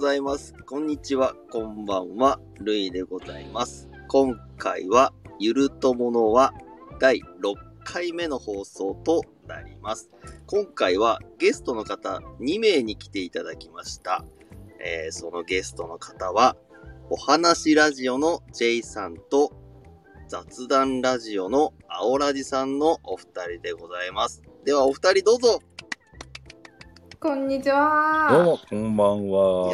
ざいます。こんにちは、こんばんは、るいでございます。今回は、ゆるとものは第6回目の放送となります。今回はゲストの方2名に来ていただきました。えーそのゲストの方は、お話ラジオの J さんと、雑談ラジオの青ラジさんのお二人でございます。では、お二人どうぞこんにちは。どうも、こんばんいは。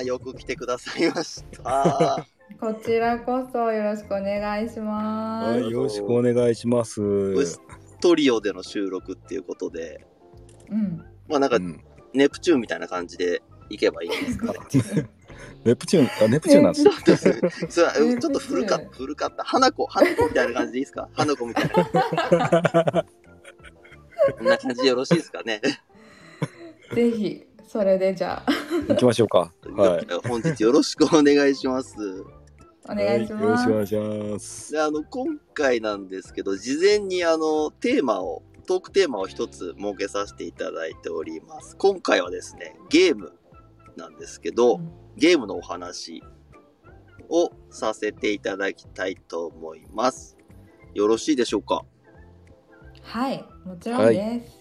やー、よく来てくださいました。こちらこそよろしくお願いしまはす。い、よろしくお願いします。ブストリオでの収録っていうことで、うん。まあなんうか、んネプチューンみたいな感じで行けばいいんです かね。ネプチューン、あ、ネプチューンなんです。それはネプチューンちょっと古かった、古かった。花子、花子みたいな感じでいいですか花子み たいな感じ。こんな感じでよろしいですかね。ぜひそれでじゃあ行きましょうか。はい。本日よろしくお願いします。お願いしはいよろましす。くお願いします。であの今回なんですけど事前にあのテーマをトークテーマを一つ設けさせていただいております今回はですねゲームなんですけどうんゲームのお話をさせていただきたいと思いますよろしいでしょうかはい、もちろんです。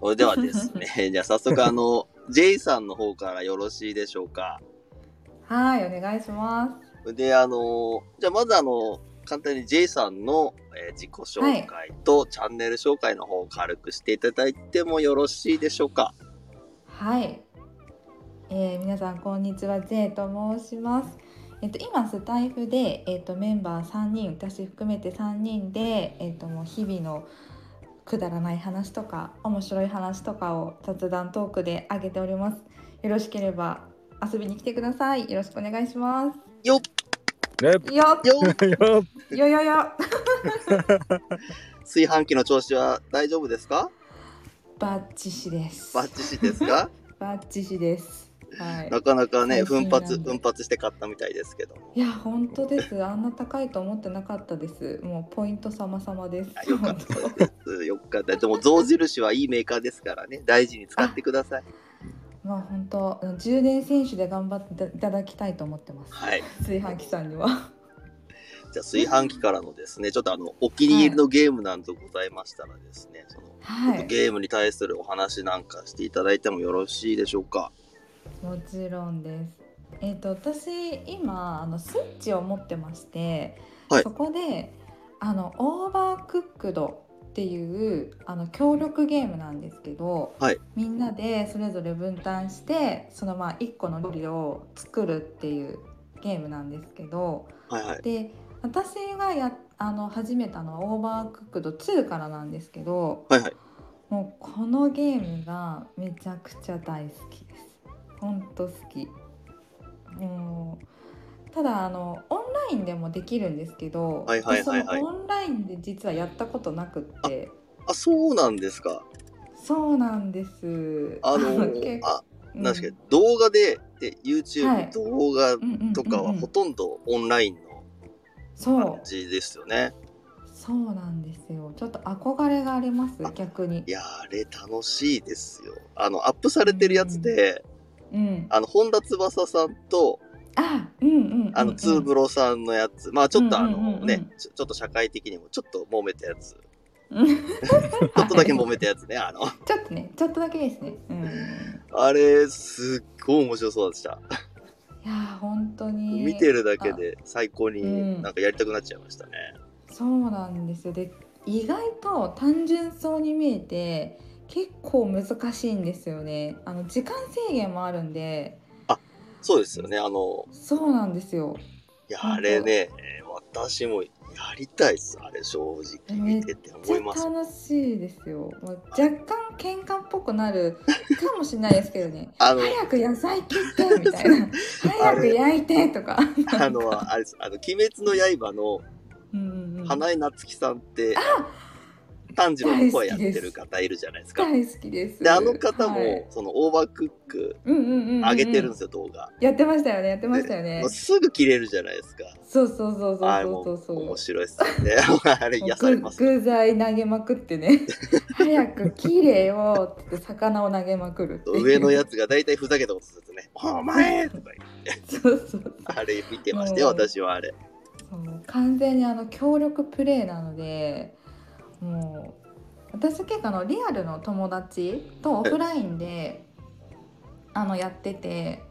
それではです ねじゃあ早速あの J さんの方からよろしいでしょうかはい、お願いしまで、あの、じゃあまずあの、簡単に J さんの、えー自己紹介とチャンネル紹介の方を軽くしていただいてもよろしいでしょうか。す。はい。えー、皆さんこんにちは J と申します。えっと今スタイフでえっとメンバー3人、私含めて3人でえっともう日々のくだらない話とか面白い話とかを雑談トークで上げております。よろしければ遊びに来てください。よろしくお願いします。よっね、よよ っよっよよよ炊飯器の調子は大丈夫ですかバッチシですバッチシ ですかバッチシですはいなかなかね、最奮新なんで発、奮発して買ったみたいですけど。いや本当ですあんな高いと思ってなかったですもうポイント様々ですあ よかったです。よかった。でも象印はいいメーカーですからね、大事に使ってください。まあ本当10年選手で頑張っていただきたいと思ってますはい。炊飯器さん にはじゃあ炊飯器からのですね、ちょっとあの、お気に入りのゲームなんてございましたらですね、その、はいゲームに対するお話なんかしていただいてもよろしいでしょうか。もちろんですえっ、と私今あのスイッチを持ってまして、はいそこであのオーバークックドっていうあの協力ゲームなんですけど、はいみんなでそれぞれ分担してそのまあ1個の料理を作るっていうゲームなんですけどはいはい。で私がやあの始めたのはオーバークックド2からなんですけどはいはい。もうこのゲームがめちゃくちゃ大好きです。ほんと好き。もうただあのオンラインでもできるんですけど、はいはいはいはい私そのオンラインで実はやったことなくって、あ、そうなんですか。そうなんです。あの 結、構あ、うん確かに動画で、で、は YouTube い動画うんうんうんうんとかはほとんどオンラインのそう感じですよね。そうなんですよ。ちょっと憧れがありますあ逆にい。やー、あれ楽しいですよ。あの、アップされてるやつで、うん。あの、本田翼さんと、あ、うんうんうんうん。あの、ツーブロさんのやつ、まあちょっとあうんうんうんのうんね、ちょちょっと社会的にもちょっと揉めたやつ、ちうん。ょっとだけ揉めたやつね、あの、ちょっとね、ちょっとだけですね。うん。あれ、すっごい面白そうでした。いやー本当に見てるだけで最高にうんなんかやりたくなっちゃいましたね。そうなんですよで意外と単純そうに見えて結構難しいんですよねあの時間制限もあるんでそうですよね。あの、そうなんですよいや、本当あれね、えー私もやりたいっす。あれ、正直見てて思めいっまちすゃ。楽しいですよもう若干喧嘩っぽくなる かもしれないですけどねあの、早く野菜切ってみ たいな早く焼いてとかあの、あれです。あの、鬼滅の刃のうんうんうん花江夏樹さんって、炭治郎の声やってる方いるじゃないですか。大好きです。で、あの方はもい、そのオーバークックうんうんうんうん上げてるんですよ、動画。やってましたよね、やってましたよねもう。すぐ切れるじゃないですか。そうそうそうあそれもうそうそう。面白いっすよね。 あれ癒され具ます。具材投げまくってね 早くきれいよって魚を投げまくるっていう上のやつが大体ふざけたことすると ね、お前とか言うそうそうあれ見てましたよ、うん私はあれ。そう完全にあの協力プレイなのでもう私結構あのリアルの友達とオフラインであのやってて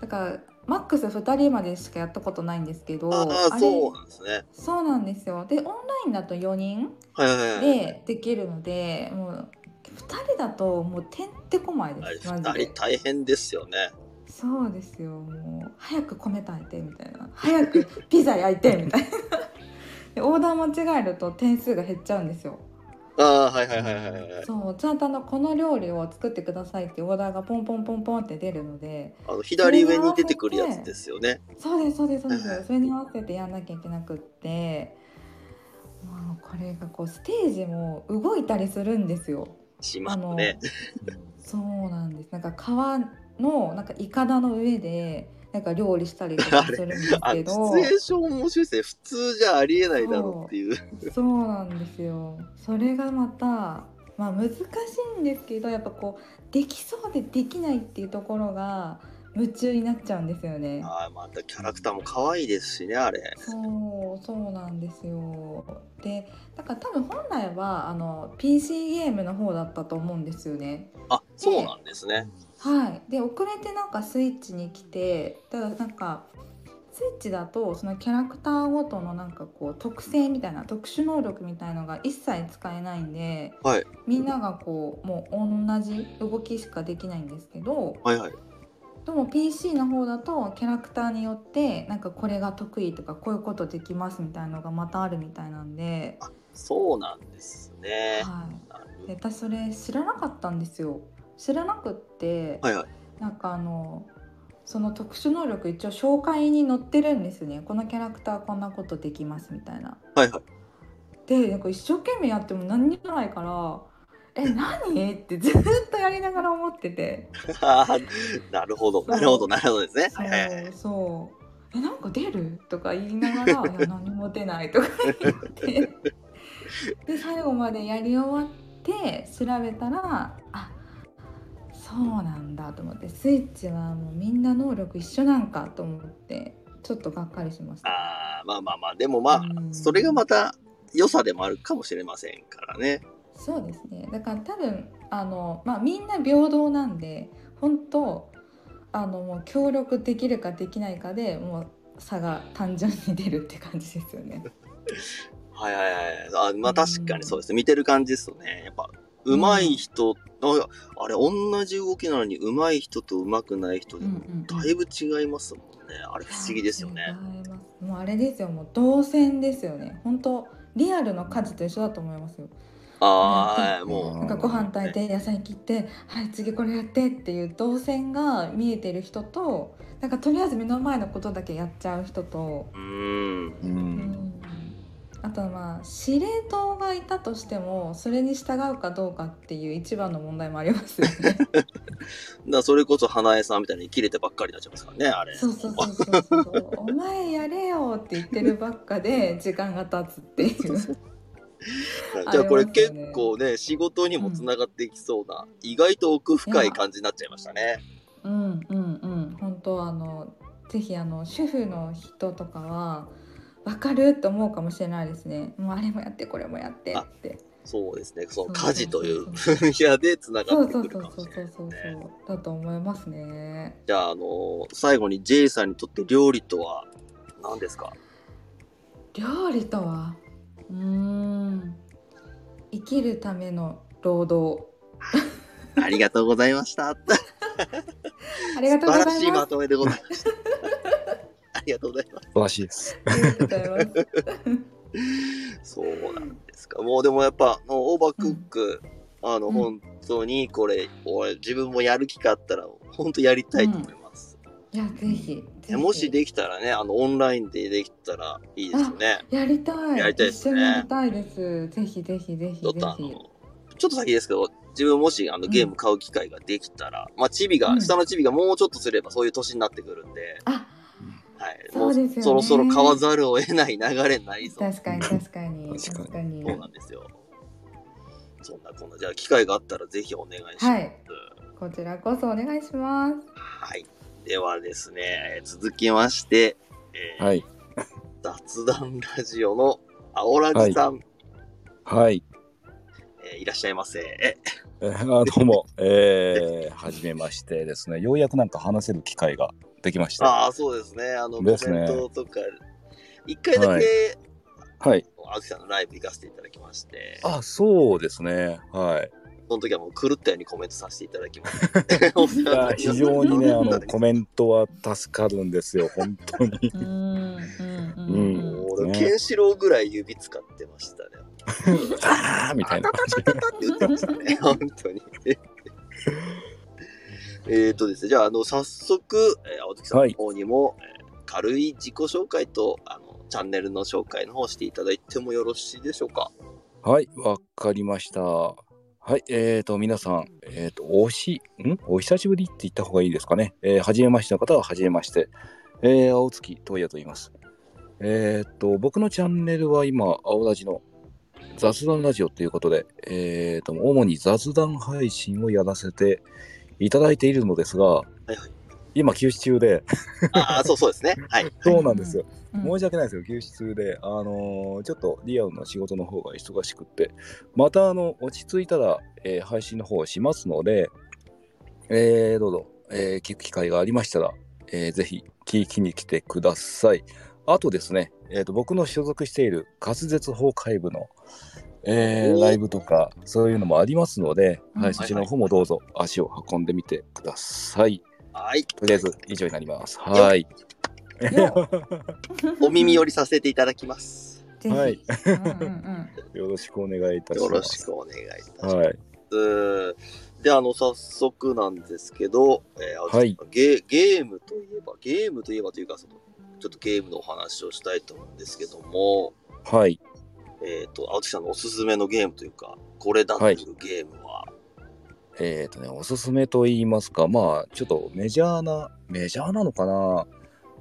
だからマックス2人までしかやったことないんですけどああ、れそうなんですね。そうなんですよでオンラインだと4人はいはいはい。でできるのでもう2人だともうてんてこまいあれですマジ二で人大変ですよね。そうですよもう早く米炊いてみたいな早くピザ焼いてみたいな でオーダー間違えると点数が減っちゃうんですよああ、はいはいはいはいはい。そうちゃんとあのこの料理を作ってくださいってオーダーがポンポンポンポンって出るのであの左上に出てくるやつですよね。そうですそうですそうではいはいすそれに合わせてやんなきゃいけなくってもうこれがこうステージも動いたりするんですよしまうね。そうなんです。なんか川のなんかイカダの上でなんか料理したりとかするんです あのけシチどュ、エーション面白いですね。普通じゃありえないだろうっていう。そうなんですよ。それがまたまあ難しいんですけど、やっぱこうできそうでできないっていうところが夢中になっちゃうんですよね。ああ、またキャラクターも可愛いですしね、あれ。そうそうなんですよ。で、だから多分本来はあの PC ゲームの方だったと思うんですよね。あ、そうなんですね。はい、で遅れてなんかスイッチに来てただなんかスイッチだとそのキャラクターごとのなんかこう特性みたいな特殊能力みたいのが一切使えないんで、はいみんながこうもう同じ動きしかできないんですけどはいはい。でも PC の方だとキャラクターによってなんかこれが得意とかこういうことできますみたいのがまたあるみたいなんで,、そうなんですね。はい、なるほで私それ知らなかったんですよ。知らなくって、どはいはい。なんかあのその特殊能力一応紹介に載ってるんですよねこのキャラクターこんなことできますみたいな。はいはい。でなんか一生懸命やっても何にもないから「え何?」ってずっとやりながら思っててあー なるほど、なるほど、なるほどですね。は「そいはいはうそうえなんか出る?」とか言い ながら「いや何も出ない」とか言ってで最後までやり終わって調べたら「あそうなんだ」と思ってスイッチはもうみんな能力一緒なんかと思ってちょっとがっかりしました。ああ、まあまあまあ、でもまあ、うんそれがまた良さでもあるかもしれませんからね。そうですねだから多分あの、まあ、みんな平等なんで本当あのもう協力できるかできないかでもう差が単純に出るって感じですよね。はいはいはい。あまあ確かにそうですね。見てる感じですよね。やっぱ、上手い人、ああれ、同じ動きなのに上手い人と上手くない人でもうんうんうん、だいぶ違いますもんね。あれ不思議ですよね。違いますもうあれですよもう動線ですよね本当リアルの家事と一緒だと思いますよ。ああ、うんもなんかご飯炊いて野菜切ってはい次これやってっていう動線が見えてる人となんかとりあえず目の前のことだけやっちゃう人とう、うーん。う。うんんあとはまあ司令塔がいたとしてもそれに従うかどうかっていう一番の問題もありますよ ね。だからそれこそ花江さんみたいに切れてばっかりになっちゃいますからね、あれ。そうそうそうそうそう「お前やれよ」って言ってるばっかで時間が経つっていう。じゃあこれありますよ結ね構ね、仕事にもつながっていきそうな、意外と奥深い感じになっちゃいましたね。うんうんうん本当あのぜひあの主婦の人とかは分かると思うかもしれないですねもうあれもやってこれもやってってそうですね、そのそう家事というそ分野でつながそっうてそくうるかそうもそうしそれうそう、ないね。だと思いますねじゃあ、あのー最後に J さんにとって料理とは何ですか料理とはうーん生きるための労働ありがとうございました。ありがとうござ素晴いますらしいまとめでございました。ありがとうございます。素晴らしいです。ありがとうございま すそうなんですか。もうでもやっぱ、もうオーバークック、あの、うん本当にこれ、俺自分もやる気があったら、本当やりたいと思います。いやぜひねもしできたらね、あの、オンラインでできたらいいですね。やりたいやりたいですね一緒にやりたいですぜひぜひぜひちょぜっとあの、ひちょっと先ですけど、自分もしあのゲーム買う機会ができたら、まあ、チビが、うん下のチビがもうちょっとすればそういう年になってくるんで、あはい。そうですもよねそろそろ買わざるを得ない流れになりそう。確かに確かに確かに確かにそうなんですよ。そんなこんな、じゃあ機会があったらぜひお願いします。はいこちらこそお願いしますはい。ではですね、えー続きまして、えーはい。雑談ラジオの青ラジさん、はい。えーいらっしゃいませ。ええーあどうも、えー、はじめましてですね。ようやくなんか話せる機会ができました。ああ、そうですね。あの、コメンですねトとか、一回だけ、はい。あずきさんのライブ行かせていただきまして、あ、そうですね。はい。その時はもう狂ったようにコメントさせていただきました。お世いや話にな非りま常にね、あしたの、コメントは助かるんですよ、本当に。 うんうんうんううんん俺、ケンシロウぐらい指使ってま したね。あーみたいな感じで。言ってましたね。本当に。 えっとですね、じゃあ、あの、早速、えー青月さんの方にも、えー軽い自己紹介と、あの、チャンネルの紹介の方していただいてもよろしいでしょう か。はい、わかりました。はい、えーと、皆さん、えーと、おし、んお久しぶりって言った方がいいですかね。えー、はじめましての方は、はじめまして。えー、青月東也と言います。えーと、僕のチャンネルは今、青ラジの雑談ラジオということで、えーと、主に雑談配信をやらせていただいているのですが、はい今、休止 中で、ああ、そうそうですね。はい。そうなんですよ。うん申し訳ないですよ、休止中で、あのーちょっとリアルな仕事の方が忙しくって、また、あの、落ち着いたら、えー配信の方をしますので、えーどうぞ、えー聞く機会がありましたら、えーぜひ、聞きに来てください。あとですね、えーと、僕の所属している滑舌崩壊部の、えーおーライブとか、そういうのもありますので、うんははいい、そちらの方もどうぞ、足を運んでみてください。はい。とりあえず、以上になります。はい。よお耳寄りさせていただきます。ぜひ、はいうんうん よろしくお願いいたします。よろしくお願いいたします。はい。で、あの、早速なんですけど、えー青木さんはいゲ、ゲームといえば、ゲームといえばというか、その、ちょっとゲームのお話をしたいと思うんですけども、はい。えっ、と、青木さんのおすすめのゲームというか、これだというゲームは、えっ、とね、おすすめと言いますか、まあ、ちょっとメジャーな、メジャーなのかな。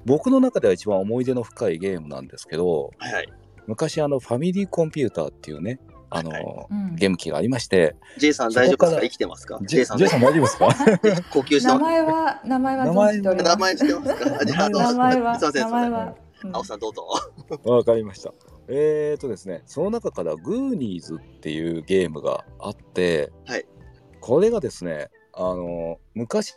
僕の中では一番思い出の深いゲームなんですけど、はい、はい、昔あの、ファミリーコンピューターっていうね、あの、はいうんゲーム機がありまして、 J さん大丈夫ですそこかか生らきてますかジェ ?J イささんん、大大丈丈夫ですか夫 呼吸して名ます前は名前は存じており名ま前知すってますか あじゃあ、名前はすいません、す名いませ前ん。は青木さんどうぞ。 わかりました。えっ、とですね、その中からグーニーズっていうゲームがあって、はいこれがですね、あの、昔、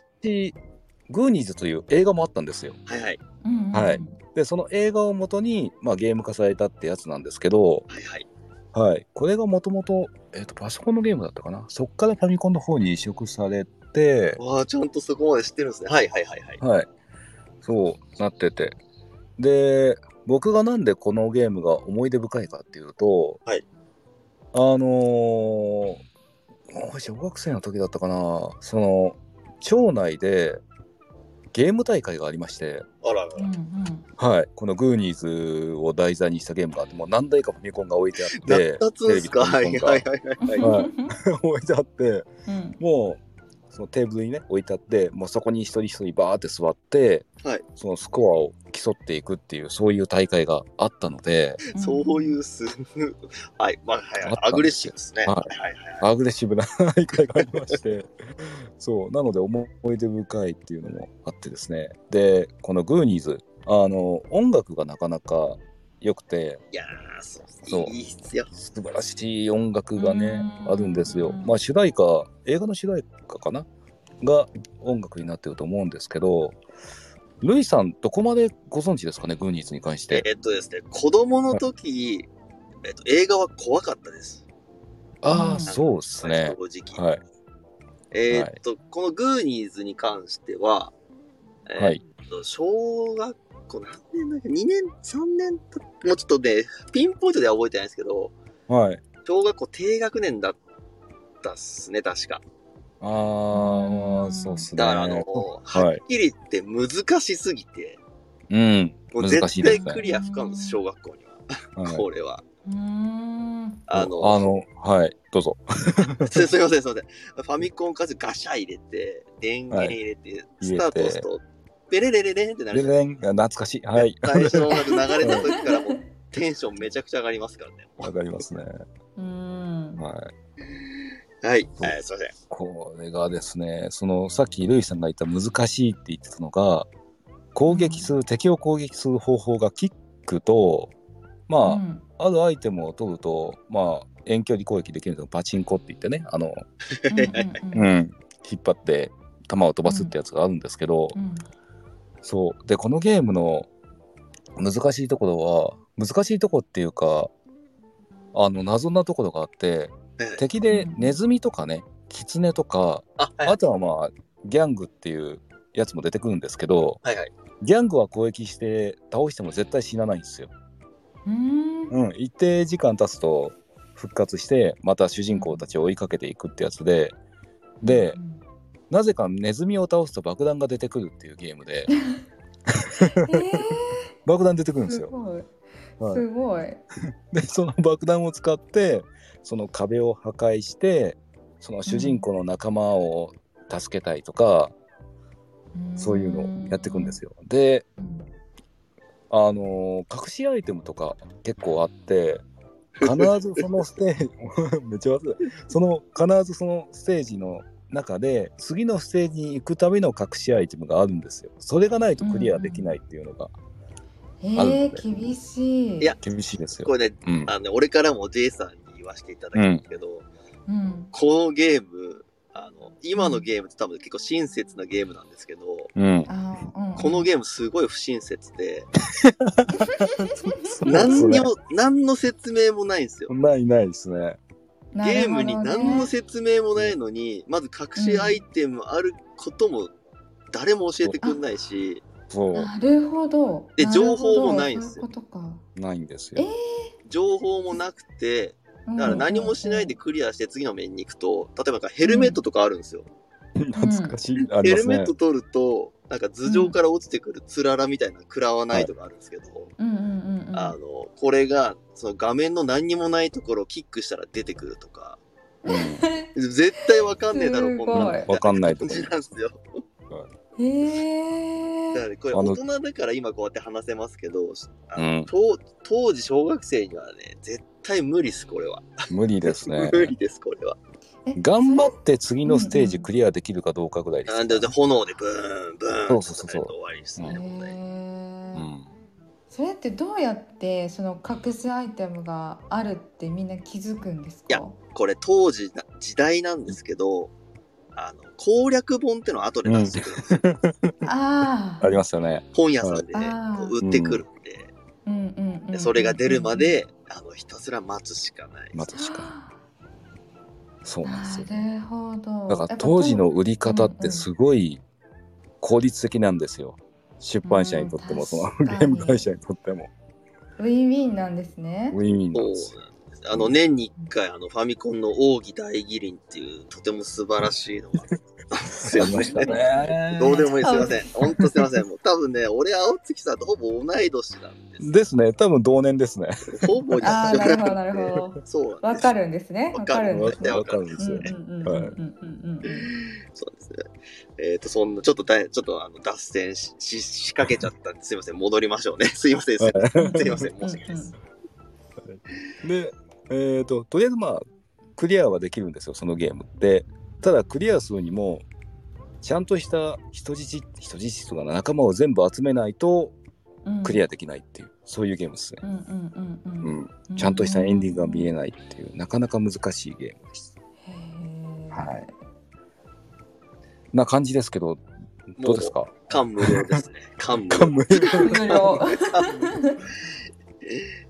グーニーズという映画もあったんですよ。はいはい、うんうんうんはいでその映画をもとに、まあ、ゲーム化されたってやつなんですけど、はいはい。はい、これがもともとパソコンのゲームだったかなそっからファミコンの方に移植されて、わあ、ちゃんとそこまで知ってるんですね。はいはいはいはい。はい、そうなっててで僕がなんでこのゲームが思い出深いかっていうと、はいあのーもう小学生の時だったかなその町内でゲーム大会がありまして。あららうんうんはい、このグーニーズを題材にしたゲームがあって、もう何台かファミコンが置いてあって、夏つですかはテレいビとはファいミはいはいはい。はい置いてあって、うんもうそのテーブルにね、置いてあって、もうそこに一人一人バーって座って、はいそのスコアを競っていくっていう、そういう大会があったので、うんそういうす、はい、まあ、はいはい、アグレッシブですね。ははいはいはい。アグレッシブな大会があり まして、そう、なので思い出深いっていうのもあってですね、で、このグーニーズ、あの、音楽がなかなか良くて、いやー、そう、そういいっすよ。素晴らしい音楽がねうんあるんですようん。まあ主題歌映画の主題歌かなが音楽になってると思うんですけどルイさんどこまでご存知ですかねグーニーズに関して。えっとですね、子供の時、えっと、映画は怖かったです。あうんあそうですね。正直。はいえっと、このグーニーズに関しては、はえいっと、小学校何年だっけ ?2 年、3年ともうちょっとね、ピンポイントでは覚えてないんですけど、はい。小学校低学年だったっすね、確か。あーうんそうっすね。だからあの、はっきり言って難しすぎて、うん。もう難し絶対いですねクリア不可能です、小学校には。はいこれは。うーん。あの、あの、はい、どうぞ。すすいません、すいません。ファミコンカセガシャ入れて、電源入れて、入れてスタート押すと、ベレレレレンってなレるじゃないレン、懐かしい。はい。最初の音楽流れた時からもううテンションめちゃくちゃ上がりますからね。わかりますね。ーん。はい。はい、えーすいません。これがですね、その、さっきルイさんが言った難しいって言ってたのが、攻撃する、敵を攻撃する方法がキックと、うまんあ、あるアイテムを取ると、まあ、遠距離攻撃できるのがパチンコって言ってね、あの、うんうん引っ張って弾を飛ばすってやつがあるんですけど、うんそうでこのゲームの難しいところは難しいとこっていうかあの謎なところがあってえ敵でネズミとかねキツネとかあ、はいあとはまあギャングっていうやつも出てくるんですけどはいはい。ギャングは攻撃して倒しても絶対死なないんですよ。うーん。うん、一定時間経つと復活してまた主人公たちを追いかけていくってやつででうん、なぜかネズミを倒すと爆弾が出てくるっていうゲームでえ爆弾出てくるー、んですすよ。ごい。はいすごい。でその爆弾を使ってその壁を破壊してその主人公の仲間を助けたいとか、そういうのをやっていくんですよ。よ。でうんあのー隠しアイテムとか結構あ って必ずそのステージ めっちゃ忘れたその必ずそのステージの中で次のステージに行くための隠しアイテムがあるんですよ。それがないとクリアできないっていうのがえあるのー、厳しい。いや厳しいですよ。これね、うん、あの俺からも J さんに言わせていただくんですけど、うん。このゲーム、あの、今のゲームって多分結構親切なゲームなんですけど、うん、あー、うん、このゲームすごい不親切で、う何にそも、何の説明もないんですよ。ないないですね。ゲームになる何ほのどね説明もないのに、まず隠しアイテムあることも誰も教えてくんないし、そうなるほど。でなる情ほど報もないんですよそういうことか。ないんですえよ。ー情報もなくて、うんだから何もしないでクリアして次の面に行くと、例えばなんかヘルメットとかあるんですよ。懐かしい、ありヘまルすねメット取ると、なんか頭上から落ちてくるつららみたいな食らわないとかあるんですけど、うんうんうんうん。あの、これが、その画面の何にもないところをキックしたら出てくるとか、 絶対わかんねえだろ、すごいこんなのわかんないと感こじ なんですよ。えーだか。らこれあの大人だから今こうやって話せますけど、あうのん当当時小学生にはね、絶対無理です、これは。無理です ね無理です、これは。え頑張って次のステージうんうんクリアできるかどうかぐらいですなんで、で炎でブーン、ブーン、そうそうそうそう終わりですへね、問題うーんそれってどうやってその隠すアイテムがあるってみんな気づくんですかいやこれ当時な、時代なんですけど、あの、攻略本ってのは後で出してくるんですよ。あ あありますよね本屋さんでね あ、ーこう売ってくるんで。うんうんうんでそれが出るまで、あの、ひたすら待つしかない。待つしかあそうなんですよーなるほどだから当時のやっ売り方ってすごい効率的なんですよ出版社にとってうもんその確ゲかーにム会社にとってもぱウィンウィンなんですねウィンウィンなそんうですよなんです。あの、年に一回、あの、ファミコンの奥義大義林っていう、とても素晴らしいのが。すいません。どうでもいい、すいません。ほんとすいません。もう多分ね、俺、青月さんとほぼ同い年なん です。ですね多分同年ですねほぼ一緒ああなるほどなるでほど そうなんわです。かるんですねわわかかるるんわでかするねわかるんですよねうんうんうんうんうんうんうんそうですね。えっ、と、そんな、ちょっとだい、ちょっと、あの、脱線し、し、仕掛けちゃったんで、すいません。戻りましょうね。 すいません。すいません。すいません。申し訳ないです。で、えー、ととりあえずまあクリアはできるんですよそのゲームってただクリアするにもちゃんとした人質人質とか仲間を全部集めないとうんクリアできないっていう、そういうゲームですね、うんうんうんううんん、うんちゃんとしたエンディングが見えないないっていうなかなか難しいゲームですはいな感じですけどどうですか感無量ですね。感無量 感。無無料 感無量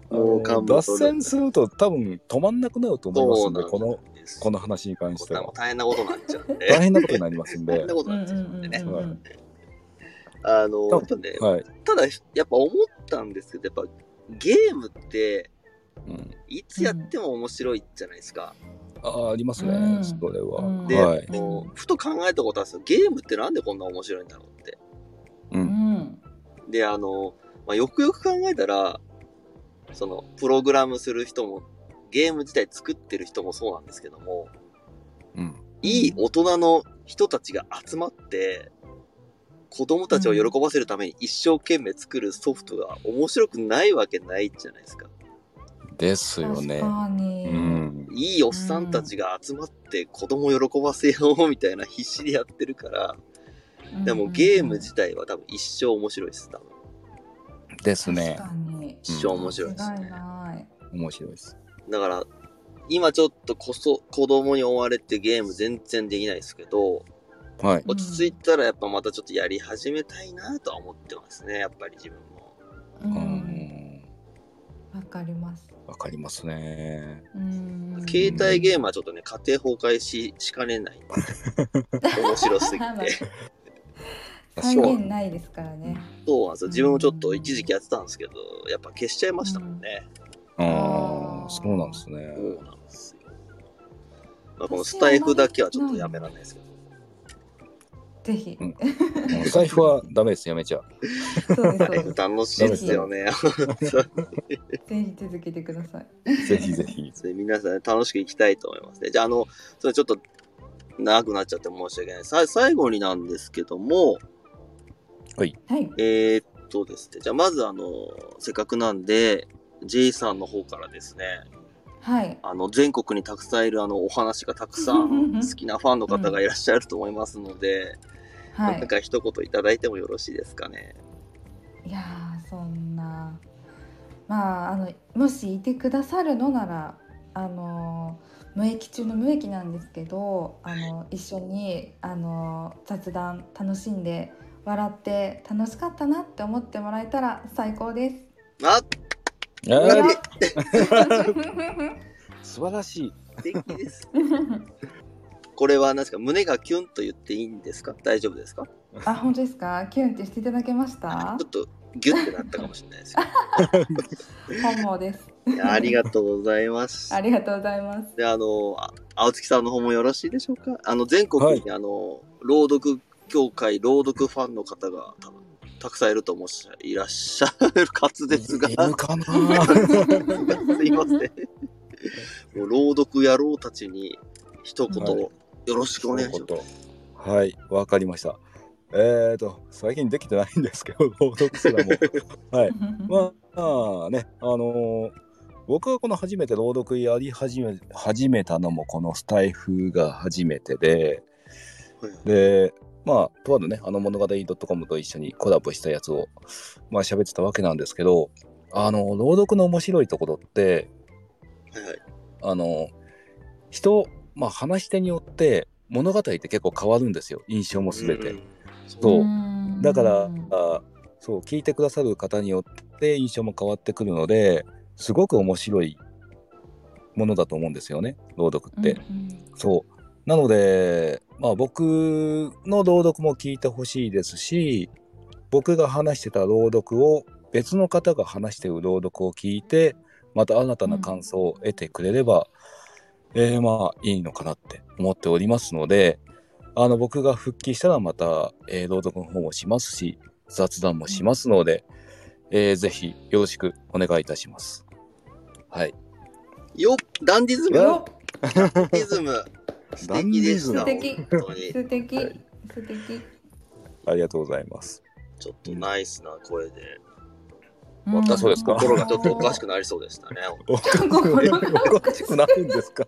もう感無量。脱線すると多分止まんなくなると思いますそうんでなんこのですこの話に関してこんなはもん大変なことになっちゃうんで。大変なことになりますん大で 変なことうんになっうんちゃうんうでんね。うんうんあの、やっぱねはい、ただ、やっぱ思ったんですけど、やっぱゲームって、うんいつやっても面白いじゃないですか。あーありますね、うんそれは、うんで、はい、こうふと考えたことあるんですよ。ゲームってなんでこんな面白いんだろうって。うんで、あの、まあ、よくよく考えたら、その、プログラムする人も、ゲーム自体作ってる人もそうなんですけども、うん、いい大人の人たちが集まって、子供たちを喜ばせるために一生懸命作るソフトが面白くないわけないじゃないですか。ですよ確ねかに、うんいいおっさんたちが集まって子供を喜ばせようみたいな必死でやってるから、でもゲーム自体は多分一生面白いです、多分。ですね確かに一生面白いです間違いね。ない面白いですだから、今ちょっとこそ子供に追われてゲーム全然できないですけど、はい落ち着いたらやっぱまたちょっとやり始めたいなとは思ってますね、やっぱり自分も。ううんんわかりますわ、かりますねうん携帯ゲームはちょっとね、家庭崩壊ししかねないんで。面白すぎまあ て。再現ないですからねそうなんですよ。自分もちょっと一時期やってたんですけど、やっぱ消しちゃいましたもんね。ああそうなんですねそうなんですよ。まあ、このスタイフだけはちょっとやめられないですけど。ぜひ、うんお財布はダメですやめちゃう そうスタですそうイ でフす楽しいですよね。 ぜひ続けてくださいぜひぜひそれ皆さんね楽しくいきたいと思いますね。じゃあ、あの、それちょっと長くなっちゃって申し訳ない。さ最後になんですけども、はいえー、っとですね、じゃあまずあの、せっかくなんで、J さんの方からですね、はいあの、全国にたくさんいるあの、お話がたくさん 好きなファンの方がいらっしゃると思いますので、はなんいか一言いただいてもよろしいですかね。いやーそんなまああのもしいてくださるのならあの無益中の無益なんですけどあの一緒にあの雑談楽しんで笑って楽しかったなって思ってもらえたら最高です。あ、あなーんで素晴らしい素敵です。これは何ですか胸がキュンと言っていいんですか大丈夫ですかち あ本当ですかキュンってしていただけましたょっとギュッてなったかもしれないです け本望です。どいやありがとうございますあ。りがとうございます。で、あの、あ青月さんの方もよろしいでしょうかあの、全国にあの、朗読協会、朗読ファンの方が多分、たくさんいると思うし、いらっしゃる数ですが、いするかな いません。もう朗読野郎たちに一言、はいよろしくお願いします。はい、わかりました。えっ、と、最近できてないんですけど、 朗読すらも。はい。まあ、まあ、ね、あのー僕はこの初めて朗読やり始め始めたのもこのスタイフが初めてではいでまあとあるねあの物語 .com と一緒にコラボしたやつをまあ喋ってたわけなんですけどあの朗読の面白いところってはいはい。あの人、まあ、話し手によって物語って結構変わるんですよ印象も全て。うんそううんだからあそう聞いてくださる方によって印象も変わってくるのですごく面白いものだと思うんですよね朗読って。うんそうなので、まあ、僕の朗読も聞いてほしいですし僕が話してた朗読を別の方が話してる朗読を聞いてまた新たな感想を得てくれれば、えーまあいいのかなって思っておりますのであの僕が復帰したらまた、えー朗読の方もしますし雑談もしますので、えーぜひよろしくお願いいたします。はい、よっダンディズムよダンっディズム素ダン敵デでィしたズム素敵本当に素敵素敵。ありがとうございます。ちょっとナイスな声でんあそうですか心がちょっとおかしくくなりそうでしたねおかしくおかしくなるんですか。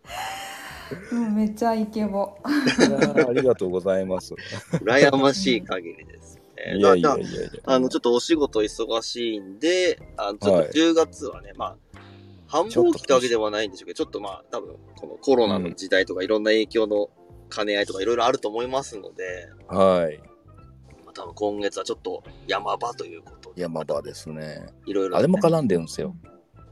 うん、めっちゃイケボ。いやーありがとうございます。羨ましい限りですねいやいまやあいやいや。あのちょっとお仕事忙しいんであのちょっとはい10月はね、まあ繁忙期ってわけではないんでしょうけどちょっとまあ多分このコロナの時代とかいろんな影響の兼ね合いとかいろいろあると思いますので、はい。まあ、多分今月はちょっと山場ということで山場ですね。いろいろねあれも絡んでるんですよ。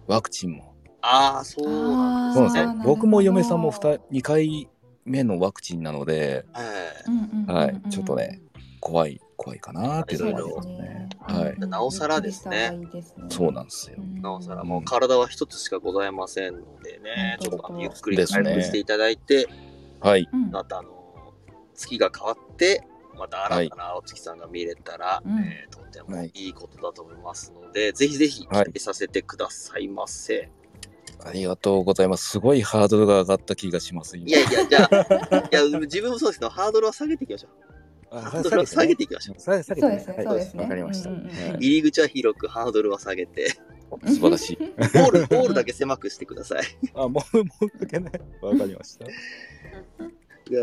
ワクチンも。ああそうなんそうでなんすねあーですなる。よほど僕も嫁さんも 2, 二回目のワクチンなので、はいうんうんうんうんはいちょっとね怖い怖いかなっていうところですね。はい。なおさらですねゆっくりした方がいいですねそうなんですよ。うんなおさらもう体は一つしかございませんのでね、ちょっとあのゆっくり回復していただいて、はい。うんまたあの月が変わってまた新たな青月さんが見れたら、うんえーとてもいいことだと思いますので、ぜひぜひ期はい待させてくださいませ。い、ありがとうございます。すごいハードルが上がった気がします。今やいやじゃあ いや自分もそうですけどハードルは下げていきましょう。あハードルは下げていきましょう。下げてそねうですねはいそうですねわかりました。うんうんうんはい入り口は広くハードルは下げ て素晴らしい。ゴールゴールだけ狭くしてください。あ、もう、もう一けね。わかりました。で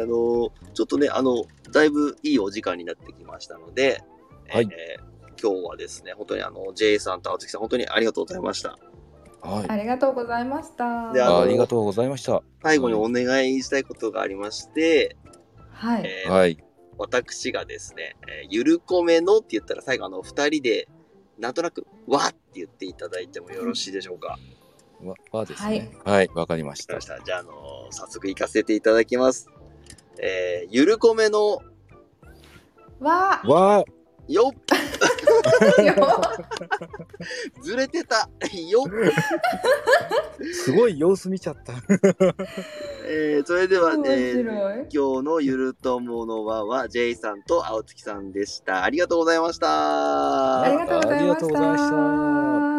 あのちょっとねあのだいぶいいお時間になってきましたので、はいえー今日はですね本当にあの J さんと青月さん本当にありがとうございましたは あい。りがとうございました。であのあありがとうございました。最後にお願いしたいことがありまして、はい。えーはい。私がですね、えーゆるこめのって言ったら最後あの二人でなんとなく「わ」って言っていただいてもよろしいでしょうか、わ、わですね。はい、わかりましわかりたまし。たじゃあ、あの早速行かせていただきます、えーゆるこめのわわ、よっあ、よずれてた よっすごい様子見ちゃった。えーそれではね、面白い今日のゆるとものはは J さんと青月さんでした。ありがとうございました。 ありがとうございまありがとうございました。